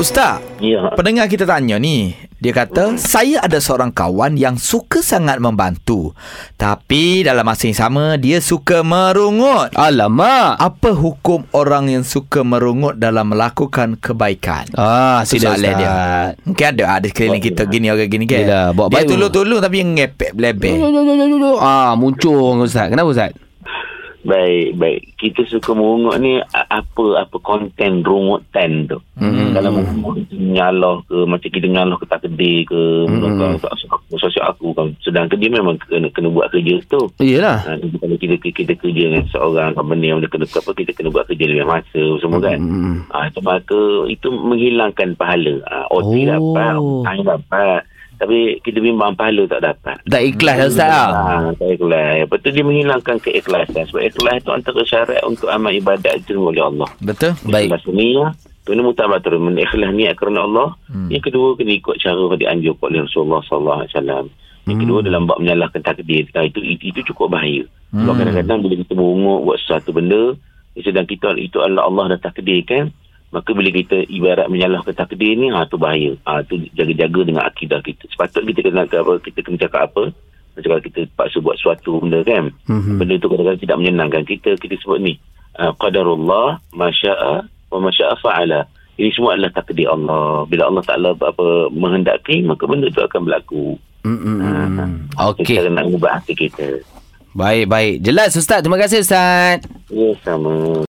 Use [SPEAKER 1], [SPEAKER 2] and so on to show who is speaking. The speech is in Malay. [SPEAKER 1] Ustaz
[SPEAKER 2] Ya.
[SPEAKER 1] Pendengar kita tanya ni Dia kata Saya ada seorang kawan Yang suka sangat membantu Tapi dalam masa yang sama Dia suka merungut
[SPEAKER 3] Alamak.
[SPEAKER 1] Apa hukum orang yang suka merungut Dalam melakukan kebaikan?
[SPEAKER 3] Ah,
[SPEAKER 1] Itu
[SPEAKER 3] sila
[SPEAKER 1] soalan
[SPEAKER 3] Ustaz.
[SPEAKER 1] dia
[SPEAKER 3] Dia.
[SPEAKER 1] Mungkin ada ah, Di sekeliling kita Gini orang gini kan
[SPEAKER 3] Yelah, bawa
[SPEAKER 1] Dia
[SPEAKER 3] baik.
[SPEAKER 1] tolong-tolong Tapi yang ngepek belebek
[SPEAKER 3] Mhm. Ah, muncul orang Ustaz. Kenapa Ustaz?
[SPEAKER 2] Baik, baik. Kita suka merungut ni a- apa apa konten rungutan tu. Hmm. Kalau merungut tu nyaloh ke macam kita nyaloh ke tak kedai ke hmm. kalau tak suka aku, sosial aku kan. Sedangkan dia memang kena, kena buat kerja tu.
[SPEAKER 3] Yelah.
[SPEAKER 2] Ha, jadi kalau kita, kita kerja dengan seorang company yang dia kena apa kita kena buat kerja lebih masa semua kan.
[SPEAKER 3] Hmm.
[SPEAKER 2] Ah ha, maka itu menghilangkan pahala. Ha, OT
[SPEAKER 3] Oh.
[SPEAKER 2] oh. dapat, time dapat. Tapi kita bimbang pahala tak dapat.
[SPEAKER 3] Tak ikhlas lah Ustaz.
[SPEAKER 2] Ha,
[SPEAKER 3] ah.
[SPEAKER 2] tak ikhlas. Lepas tu dia menghilangkan keikhlasan. Sebab ikhlas tu antara syarat untuk amal ibadat itu oleh Allah.
[SPEAKER 1] Betul?
[SPEAKER 3] Baik.
[SPEAKER 2] Ikhlas niat. Tu ni mutabatur. Men- Ikhlas niat kerana Allah.
[SPEAKER 1] Hmm.
[SPEAKER 2] Hmm. Yang kedua kena ikut cara yang dianjurkan oleh Rasulullah sallallahu alaihi wasallam. Yang kedua dalam bab menyalahkan takdir. Ah, itu itu, itu cukup bahaya.
[SPEAKER 1] Hmm.
[SPEAKER 2] Sebab kadang-kadang bila kita merungut buat sesuatu benda sedang kita itu Allah Allah dah takdirkan maka bila kita ibarat menyalahkan takdir ni ha tu bahaya. Ha tu jaga-jaga dengan akidah kita. Sepatut kita kena apa kita kena cakap apa? Macam kalau kita paksa buat suatu benda kan.
[SPEAKER 3] Mhm.
[SPEAKER 2] Mm-hmm. Benda tu kadang-kadang tidak menyenangkan kita. Kita sebut ni uh, qadarullah masya'a wa masya'a fa'ala. Ini semua adalah takdir Allah. Bila Allah Taala apa menghendaki maka benda tu akan berlaku.
[SPEAKER 3] Hmm.
[SPEAKER 2] Kita
[SPEAKER 3] Okey.
[SPEAKER 2] kena ubah hati kita.
[SPEAKER 3] Baik, baik. Jelas Ustaz. Terima kasih Ustaz.
[SPEAKER 2] Ya sama.